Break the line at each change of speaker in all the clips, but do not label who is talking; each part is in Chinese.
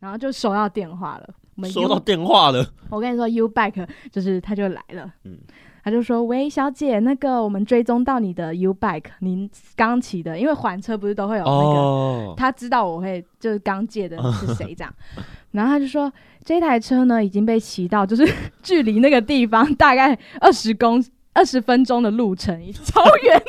然后就收到电话了。我们 U
收到电 话了，
我跟你说，U Bike 就是他就来了，
嗯
他就说：“喂，小姐，那个我们追踪到你的 U Bike，您刚骑的，因为还车不是都会有那个，
哦，
他知道我会就是刚借的是谁这样， 然后他就说这台车呢已经被骑到，就是距离那个地方大概二十公二十分钟的路程，超远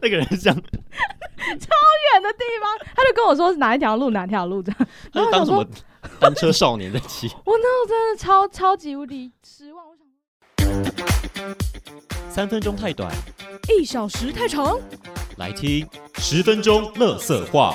那个人像，
远的地方，他就跟我说是哪一条路哪条路这样，
他
然后我想
是当什
说
么 单车少年在骑？
我那时候真的超超级无敌失望，我想
三分钟太短，
一小时太长，
来听十分钟乐色话。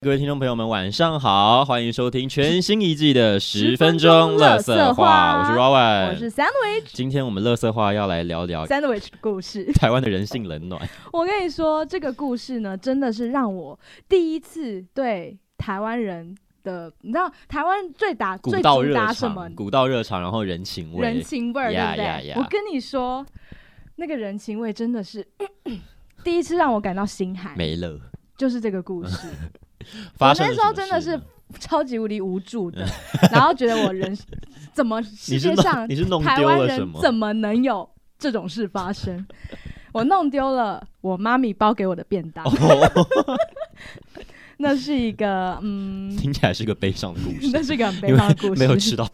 各位听众朋友们，晚上好，欢迎收听全新一季的十分钟乐色话，我是 Rowan，
我是 sandwich
今天我们乐色话要来聊聊
sandwich 的故事。
台湾的人性冷暖。
我跟你说，这个故事呢，真的是让我第一次对台湾人的，你知道台湾最打
古
最
道
主
热
打什么
肠，古道热肠，然后人情
人
味，
情味儿，对
呀
不对
呀呀
我跟你说，那个人情味真的是第一次让我感到心寒，
没了。
就是这个故事。
发生了
那时候
什么
真的
事
是
呢嗯
超级无敌无助的，然后觉得我人 怎么世
你是
界
弄
上
你是弄
台
丢
湾
了什
人
么？
怎么能有这种事发生？ 我弄丢了我妈咪包给我的便当，
哦，
那是一个 嗯，
听起来是个悲伤的故
那
事，
是一个很悲
因为
伤的故事。
没有 吃到。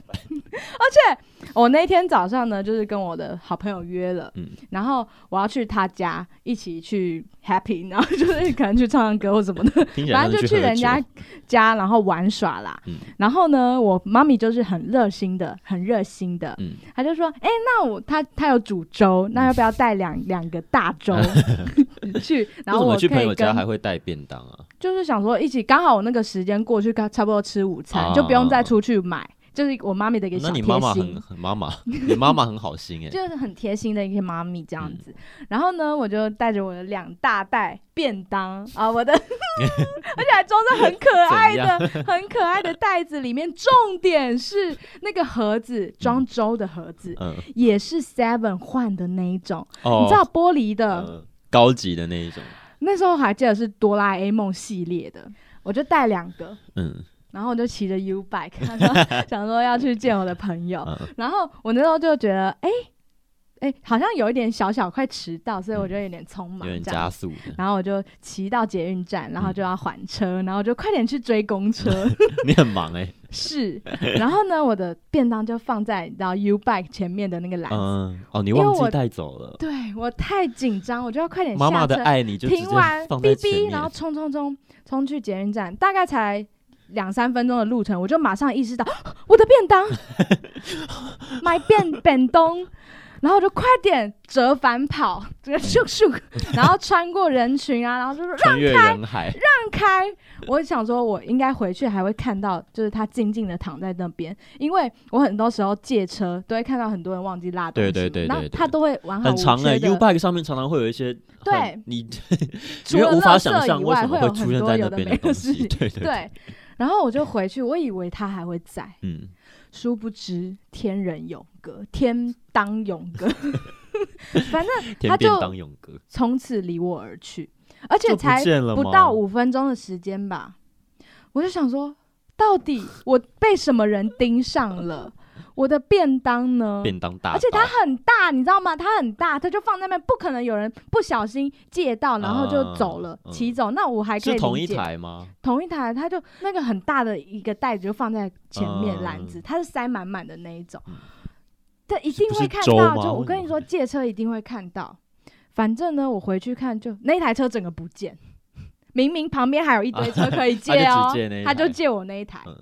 我那天早上呢，就是跟我的好朋友约了，
嗯
然后我要去他家一起去 happy，然后 就是可能去唱唱歌或什么的，
听起
反
来像
正就是去
喝
人
酒
家家，然后玩耍啦。
嗯
然后呢，我妈咪就是很热心的，很热心的，
嗯，
她就说：“哎、那我她她有煮粥，那要不要带两两个大 粥 去？然后
为什
我
么去
可
朋
以
友家
跟
还会带便当啊？
就是想说一起，刚好我那个时间过去，刚差不多吃午餐，
啊
就不用再出去买，就是我妈咪的一个小
那
贴
你
心，
妈妈很很妈妈，你妈妈很 好心哎。
就是很贴心的一个妈咪这样
嗯
子。然后呢，我就带着我的两大袋便当啊，我的， 而且还装在很可爱的、很可爱的袋子里面。重点是那个盒子装粥的盒子。
嗯，
也是 Seven 换的那一种，
哦，
你知道玻璃的，
嗯高级的那一种，
那时候还记得是哆啦 A 梦系列的，我就带两个，
嗯
然后我就骑着 U bike，然 后想说要去见我的朋友。
嗯，
然后我那时候就觉得，哎、哎、好像有一点小小快迟到，所以我就有点匆
嗯有
忙
点
这
加嗯
样。
速 的，
然后我就骑到捷运站，然后就要还车，然后就快点去追公 车。
你很忙哎，
是，然后呢，我的便当就放在然后 U bike 前面的那个篮子。
嗯，哦，你
因为
忘记
我
带走了，
对我太紧张，我就要快点下车。
妈妈的爱你就直接
停完
放在
哔
前
哔，
面，
然后冲冲冲冲去捷运站，大概才两三分钟的路程，我就马上意识到我的便 当买便本东，然后我就快点折返跑，这个咻咻，然后穿过人群啊，然后就说
穿越人海，
让开。我想说，我应该回去还会看到，就是他静静的躺在那边，因为我很多时候借车都会看到很多人忘记拉东西，
对对对
然后
对对
他都会完好
很
无
长哎
缺
，U
的
bike 上面常常会有一些很，
对
你
除
因为
了
无法
垃
想
圾
象
以
为
外，
什么
会
会
有
出
很
现
多
在
有
那
的
边
没
东
的事
西，
情。
对对，
对，然后我就回去，我以为他还会在，
嗯，
殊不知天人永隔，天当永隔， 反正
天
他
便
就
当勇哥，
从此离我而去，而且
就不
才
见了
不
吗
到五分钟的时间吧，我就想说，到底我被什么人盯上了？我的便当呢？
便当大
嗯
道，
而且它很大，你知道吗？它很大，它就放在那边，不可能有人不小心借到，然后就走了，
嗯嗯
骑走。那我还可以
是同一
理解
台吗？
同一台，它就那个很大的一个袋子就放在前面
嗯
篮子，它是塞满满的那一种
嗯，
这一定
不是
会看
粥
到。
吗
就我
为什
跟你
么
说，借车一定会看到。反正呢，我回去看就那一台车整个不见，明明旁边还有一堆车可以 借
啊他就
哦
只借那一，台
他就借我那一台
嗯，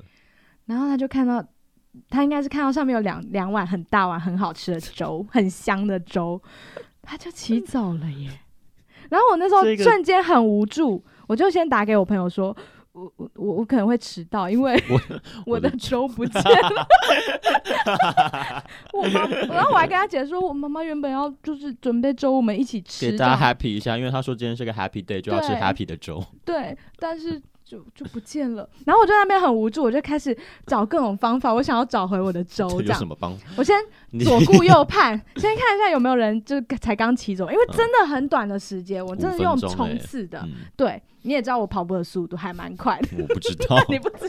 然后他就看到。他应该是看到上面有两两碗很大碗很好吃的粥，很香的粥，他就骑走了 耶。然后我那时候
这个
瞬间很无助，我就先打给我朋友说，我我我我可能会迟到，因为
我
我
我
的
的
粥不见 了。我妈，然后我还跟他解释说，我妈妈原本要就是准备粥，我们一起吃
给
这
大
样，
家 happy 一下，因为他说今天是个 happy day，就要吃
对
happy 的粥，
对，但是就就不见了。然后我就在那边很无助，我就开始找各种方法，我想要找回 我的
这
州。这
有什
样，
么 帮？
我先
你
左 顾右盼，先看一下有没有人就是才刚骑走，因为真的很短的时间，我真的用
嗯五分钟欸
冲刺的。
嗯，
对，你也知道我跑步的速度还蛮快的，
我不知道
。你不知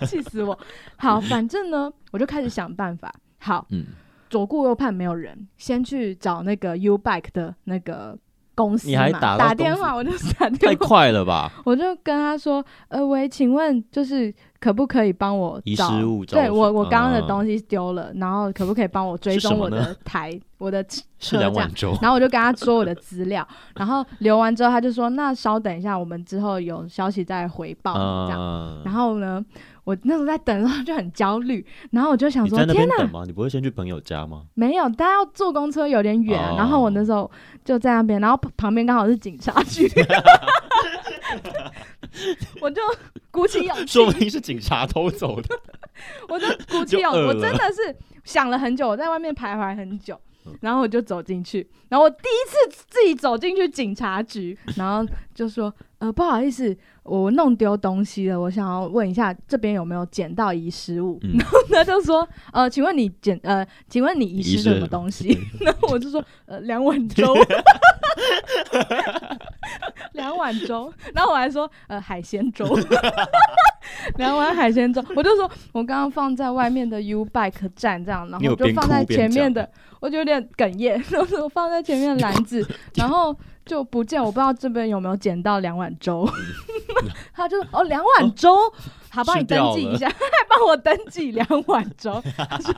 道，气死 我。好，反正呢，我就开始想办法。好，
嗯，
左顾右盼没有人，先去找那个 U Bike 的那个公司嘛，
你还打到
打
公
电
司
话， 我就 打
太
电话，
快 了吧！
我就跟他说，呃，喂，请问就是可不可以帮我
遗
找
失物找
对我
出
我刚刚的
啊
东西丢了，然后可不可以帮我追
是什
踪
么
我
呢
的台，我的车
是
这样？
两碗粥，
然后我就跟他说我的资料，然后留完之后他就说，那稍等一下，我们之后有消息再回报你这样。
嗯，
然后呢，我那时候在等的时候就很焦虑，然后我就想
你
说
在，那
天
边
哪
等，吗？你不会先去朋友家吗？
没有，但要坐公车有点远啊、
哦
然后我那时候就在那边，然后旁边刚好是警察局， 我就鼓起勇气
说，不定是警察偷 走的。
我就鼓起
就
勇，
饿了
哦我真的是想了很久，我在外面徘徊很久
嗯，
然后我就走进去，然后我第一次自己走进去警察局，然后就说，呃，不好意思，我弄丢东西了，我想要问一下这边有没有捡到遗失物，
嗯
然后他就说，呃，请问你捡，呃，请问你遗
遗
失
失
什
了
么东西？ 然后我就说，呃，两碗 粥。 两碗粥，然后我还说，呃，海鲜粥， 两碗海鲜粥，我就说我刚刚放在外面的 U Bike 站这样，然
你有
后就
边
放
哭
在
边
前面
讲
的，我就有点哽咽， 然后我放在前面的篮子，然后就不见，我不知道这边有没有捡到两碗粥， 他就哦两碗粥，好帮
嗯吃
你登
掉
记一
了
下， 还帮我登记两碗粥， 他说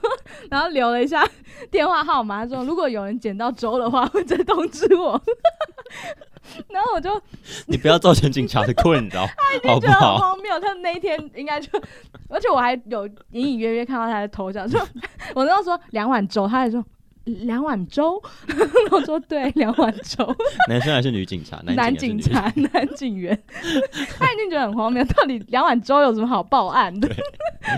然后留了一下电话号码，他说如果有人捡到粥的话，会再通知我， 然后我就
你不要造成警察的 困扰，
觉
好不
得很
好？
荒谬。他那一天应该就，而且我还有隐隐约约看到他的头像，说我那时候说两碗粥，他还说。两碗粥， 我说对，两碗粥，
男生还是女警察？
男
警
警
还是女
察、 男警员，他一定觉得很荒谬。到底两碗粥有什么好报案的？ 他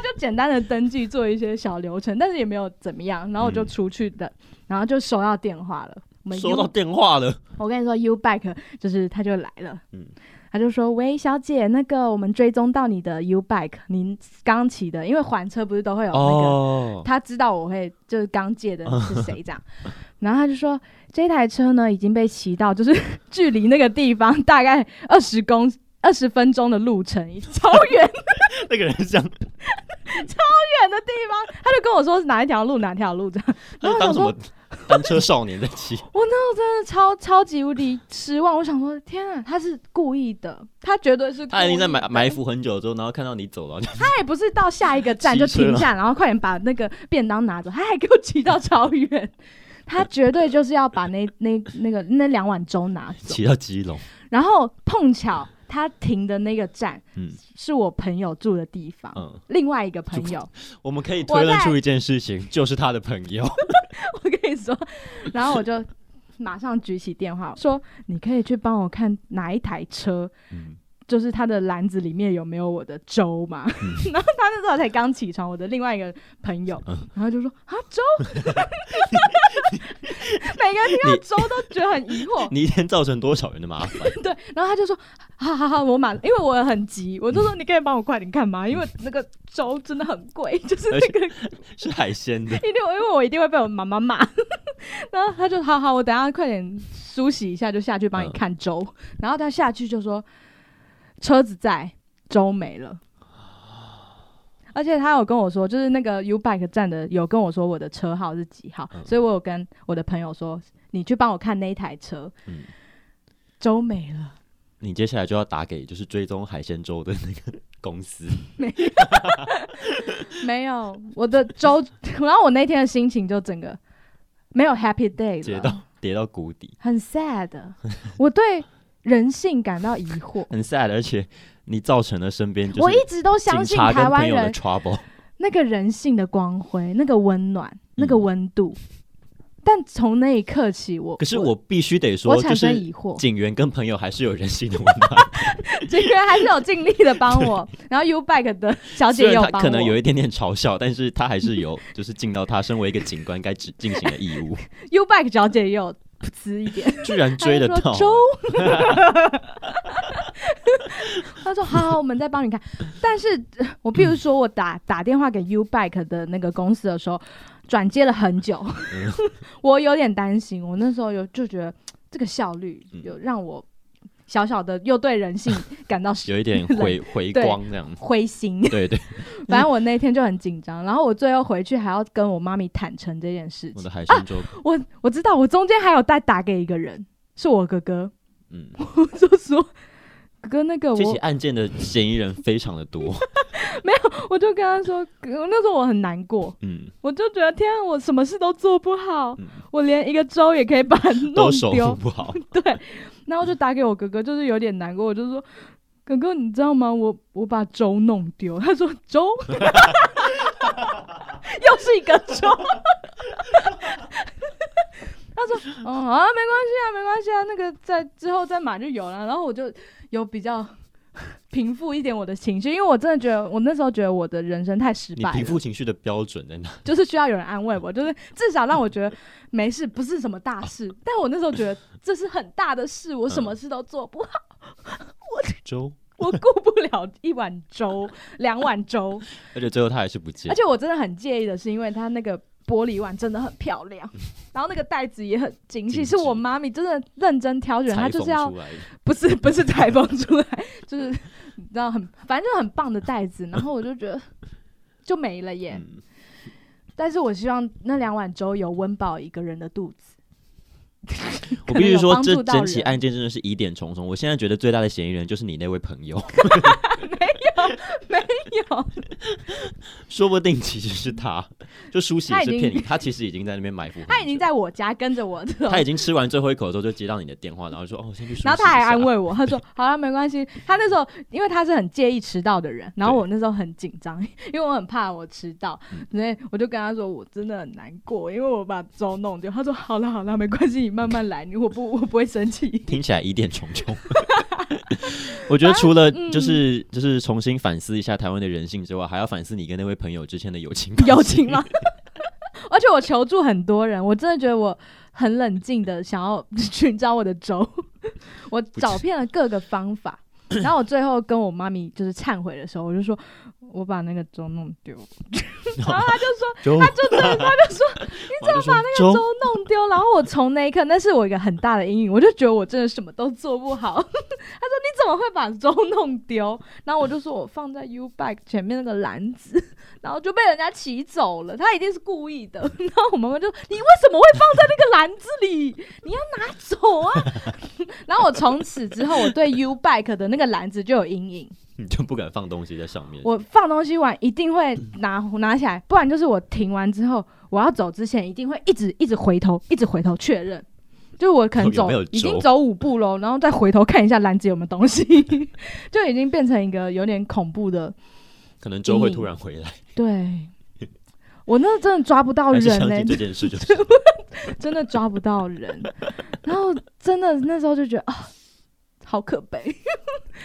就简单的登记做一些小流程，但是也没有怎么样。然后我就
嗯
出去等，然后就收到电话了。我们
收
U
到电话了，
我跟你说，U Bike 就是他就来了，
嗯
他就说：“喂，小姐，那个我们追踪到你的 U Bike，您刚骑的，因为还车不是都会有那个，
哦，
他知道我会就是刚借 的是谁这样，然后他就说这台车呢已经被骑到，就是 距离那个地方大概二十公二十分钟的路程，超远
哦 那个人像
远的地方，他就跟我说是哪一条路哪条路这样，然
他
后我想
是当什
说
么单车少年在骑，
我那时候真的超超级无敌失望，我想说天啊，他是故意的，他绝对是故意的
他已经在埋埋，伏很久之后，然后看到你走了，就
他也不是到下一个站就停下，然后快点把那个便当拿走，他还给我骑到超远，他绝对就是要把那那那个那两碗粥拿走，
骑到基隆，
然后碰巧他停的那个站
嗯
是我朋友住的地方。
嗯，
另外一个朋友，
我们可以推
我
论
在
出一件事情，就是他的朋 友，
我跟你说，然后我就马上举起电话说：“你可以去帮我看哪一台车
嗯，
就是他的篮子里面有没有我的粥嘛？ 然后他那时候才刚起床，我的另外一个朋友，
嗯
然后就说啊粥， 每个人听到
你
粥都觉得很疑惑，
你一天造成多少人的麻烦？
对，然后他就说好好好，我马，因为我很急，我就说你可以帮我快点看吗？因为那个粥真的很贵，就是那个
是海鲜的，
一定，因为我一定会被我妈妈骂。 然后他就好好，我等一下快点梳洗一下，就下去帮你
嗯
看粥。然后他下去就说车子在，粥没了。而且他有跟我说，就是那个 U Bike 站的有跟我说我的车号是几号，
嗯
所以我有跟我的朋友说，你去帮我看那一台车，
嗯
粥没了。
你接下来就要打给就是追踪海鲜粥的那个公司，
没有，我的周， 然后我那天的心情就整个没有 happy
跌
day 了，
到跌到谷底，
很 sad。我对人性感到疑惑。
很 sad，而且你造成了身 边就
我
是
一直都相
警
信
察跟
台湾
朋友的
人
trouble，
那个人性的光辉、那个温暖、那个
嗯
温度，但从那一刻起我，
可是
我
我必须得说，
我
就
产生
是
疑惑，
警员跟朋友还是有人性的温 暖，
警员还是有尽力的帮 我，然后 U Bike 的小
虽
姐也
然
有
他
帮
可能
我
有一点点嘲笑，但是他还是有就是尽到他身为一个警官该执进行的义务，
，U
啊
Bike 小姐也有噗呲一点，
居然追得
她就
到
说，周， 他说：“好好，我们再帮你看。”但是，呃我比如说我打打电话给 U Bike 的那个公司的时候，转接了很久，
嗯
我有点担心。我那时候有就觉得这个效率
嗯
有让我小小的又对人 性感到
有一 点回回
对
光这样子。
灰心。
对对，
反正我那天就很紧张，然后我最后回去还要跟我妈咪坦诚这件事
我
情。
的海参粥，
我我知道，我中间还有再打给一个人，是我哥哥，
嗯，
我就说。哥哥，那个
这
我
起案件的嫌疑人非常的多，
我就跟他说，哥那时候我很难过，
嗯
我就觉得天啊，我什么事都做不好，
嗯，
我连一个粥也可以把它 弄
都手扶
丢。
不好，
对，然后就打给我哥哥，就是有点难过，我就说：“哥哥，你知道吗？我我把粥弄丢。”他说：“粥， 又是一个粥。” 他说：“哦，好啊，没关系啊，没关系啊，那个在之后再买就有了。”然后我就有比较 平复一点我的情绪，因为我真的觉得我那时候觉得我的人生太失
你
败
平
了
复，情绪的标准在哪？
就是需要有人安慰 我，就是至少让我觉得没事，不是什么大 事。但我那时候觉得这是很大的事，我什么事都做
嗯
不好，
粥，
我顾不了一碗粥、两碗粥。
而且最后他还 是不见
而，且我真的很介意的是，因为它那个玻璃碗真的很漂亮，然后那个袋子也很精
嗯精
细，
致
是我妈咪真的认真挑选，她
裁缝
就是要
出来的
不是不是裁缝出来，就是你知道很反正就是很棒的袋子。然后我就觉得就没了耶。
嗯，
但是我希望那两碗粥有温饱一个人的肚 子。
我
可
必
能
须
有
说，
帮
这
助到
整起
人
案件真的是疑点重重。我现在觉得最大的嫌疑人就是你那位朋友，
有，
说不定其实是他，就苏醒
他
是
已经
骗你，他其实已经在那边埋伏很久，
他已经在我家跟着我这种
他已经吃完最后一口之后就接到你的电话，然后说哦，我先去梳洗一下。
然后他还安慰我，他说：“好了，没关系。”他那时候因为他是很介意迟到的人，然后
对嗯
我那时候很紧张， 因为我很怕我迟到，所以我就跟他说：“我真的很难过，因为我把粥弄丢。”他说：“好了好了，没关系，你慢慢来，你我不我不会生气。
听起来疑点重重。 我觉得除了
嗯
就是就是重新反思一下台湾的人性之外，还要反思你跟那位朋友之间的友情”关系
友情吗？ 而且我求助很多人，我真的觉得我很冷静的想要寻找我的粥， 我找遍了各个方法。然后我最后跟我妈咪就是忏悔的时候，我就说我把那个粥弄 丢了，然后她就说
就
他就对，他就说
你怎么把那
粥弄丢，然后我从那一刻，那是我一个很大的阴影，我就觉得我真的什么都做不好。 他说你怎么会把粥弄丢？然后我就说我放在 U bag 前面那个篮子， 然后就被人家骑走了，他一定是故意的。 然后我妈妈就你为什么会放在那个篮子里？你要拿走啊！ 然后我从此之后，我对 U bag 的那个篮子就有阴影。
你就不敢放东西在上面？
我放东西完一定
嗯
会拿拿起来，不然就是我停完之后，我要走之前一定会一直一直回头，一直回头确认。就我可能
有
走
没有
已经
轴
走五步喽，然后再回头看一下篮子有没有东西， 就已经变成一个有点恐怖的。
可能周会突然回
嗯
来，
对，我那真的抓不到
还是
人
相
呢、
信这件事就是
真的抓不到人。然后真的那时候就觉得啊，好可悲。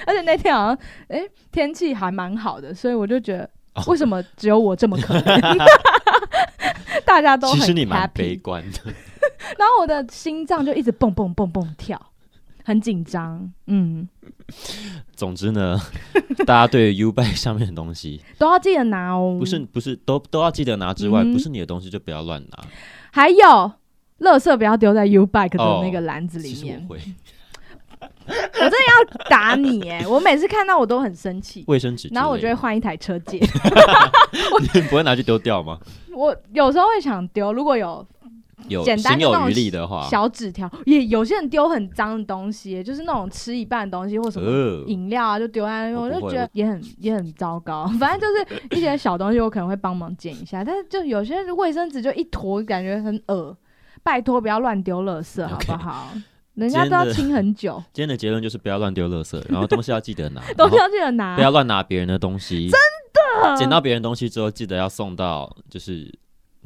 而且那天好像哎、天气还蛮好的，所以我就觉得
哦
为什么只有我这么可怜？ 大家都很
其实你蛮
happy
悲观的。
然后我的心脏就一直蹦蹦蹦蹦跳，很紧张，嗯，
总之呢， 大家对 U b 上面的东西，
都要记得拿哦。
不是，不是都都要记得拿之外，
嗯
不是你的东西就不要乱拿。
还有。垃圾不要丢在 U bike
哦
的那个篮子
其
里
实
面
我，会
打你哎、我每次看到我都很生气，
卫生纸之类的，
然后我就会换一台车借。
你 不会拿去丢掉吗？
我有时候会想丢，如果有
有
简单的那
行有
种
余力的话，
小纸条，也有些人丢很脏的东西，就是那种吃一半的东西或什么
呃，
饮料啊，就丢在那边，
我
我就
不会
觉得也很也很糟糕。 反正就是一些小东西，我可能会帮忙捡一下，但是就有些卫生纸就一坨，感觉很恶。拜托，不要乱丢垃圾，好不
OK
好人家
今天
都要
的
清很久，
今天的结论就是不要乱丢垃圾，然后东西要记 得拿，
都
然后
要记得拿
不。要乱拿别人的东西。真的，捡到别人东西之后，记得要送到就是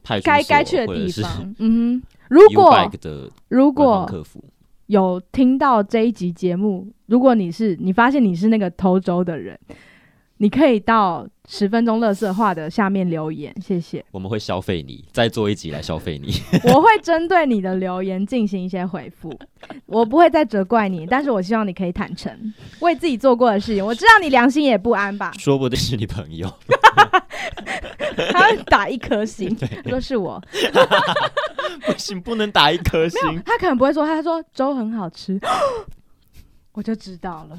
派出 所
该该去的
或者
地
是
方，嗯哼。如
U
果
Bike 的
如
官
果
方客服，
有听到这一集节目，如果你是你发现你是那个偷粥的人，你可以到十分钟乐色话的下面留言，谢谢。
我们会消费你，再做一集来消费你。
我会针对你的留言进行一些回复，我不会再责怪你，但是我希望你可以坦诚，为自己做过的事情。我知道你良心也不安吧？
说不定是你朋友，
他会打一颗星，说是我，
不行，不能打一颗星。
没有，他可能不会说，他说粥很好吃，我就知道了，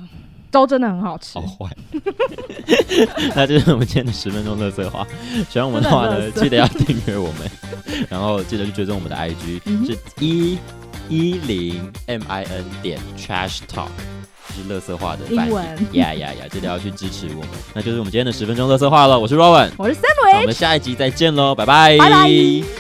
粥真的很好吃。
好坏。 那这是我们今天的十分钟乐色话。喜欢我们的话呢，
真的很垃圾
记得要订阅我们，然后记得去追踪我们的 IG，、
嗯哼
是一一零 m i n 点 trash talk，就是乐色话的翻译
英文。
呀呀呀！记得要去支持我们。那就是我们今天的十分钟乐色话了。我是 Rowan，
我是
那我
Sandwich，
们下一集再见喽，拜拜，
拜拜。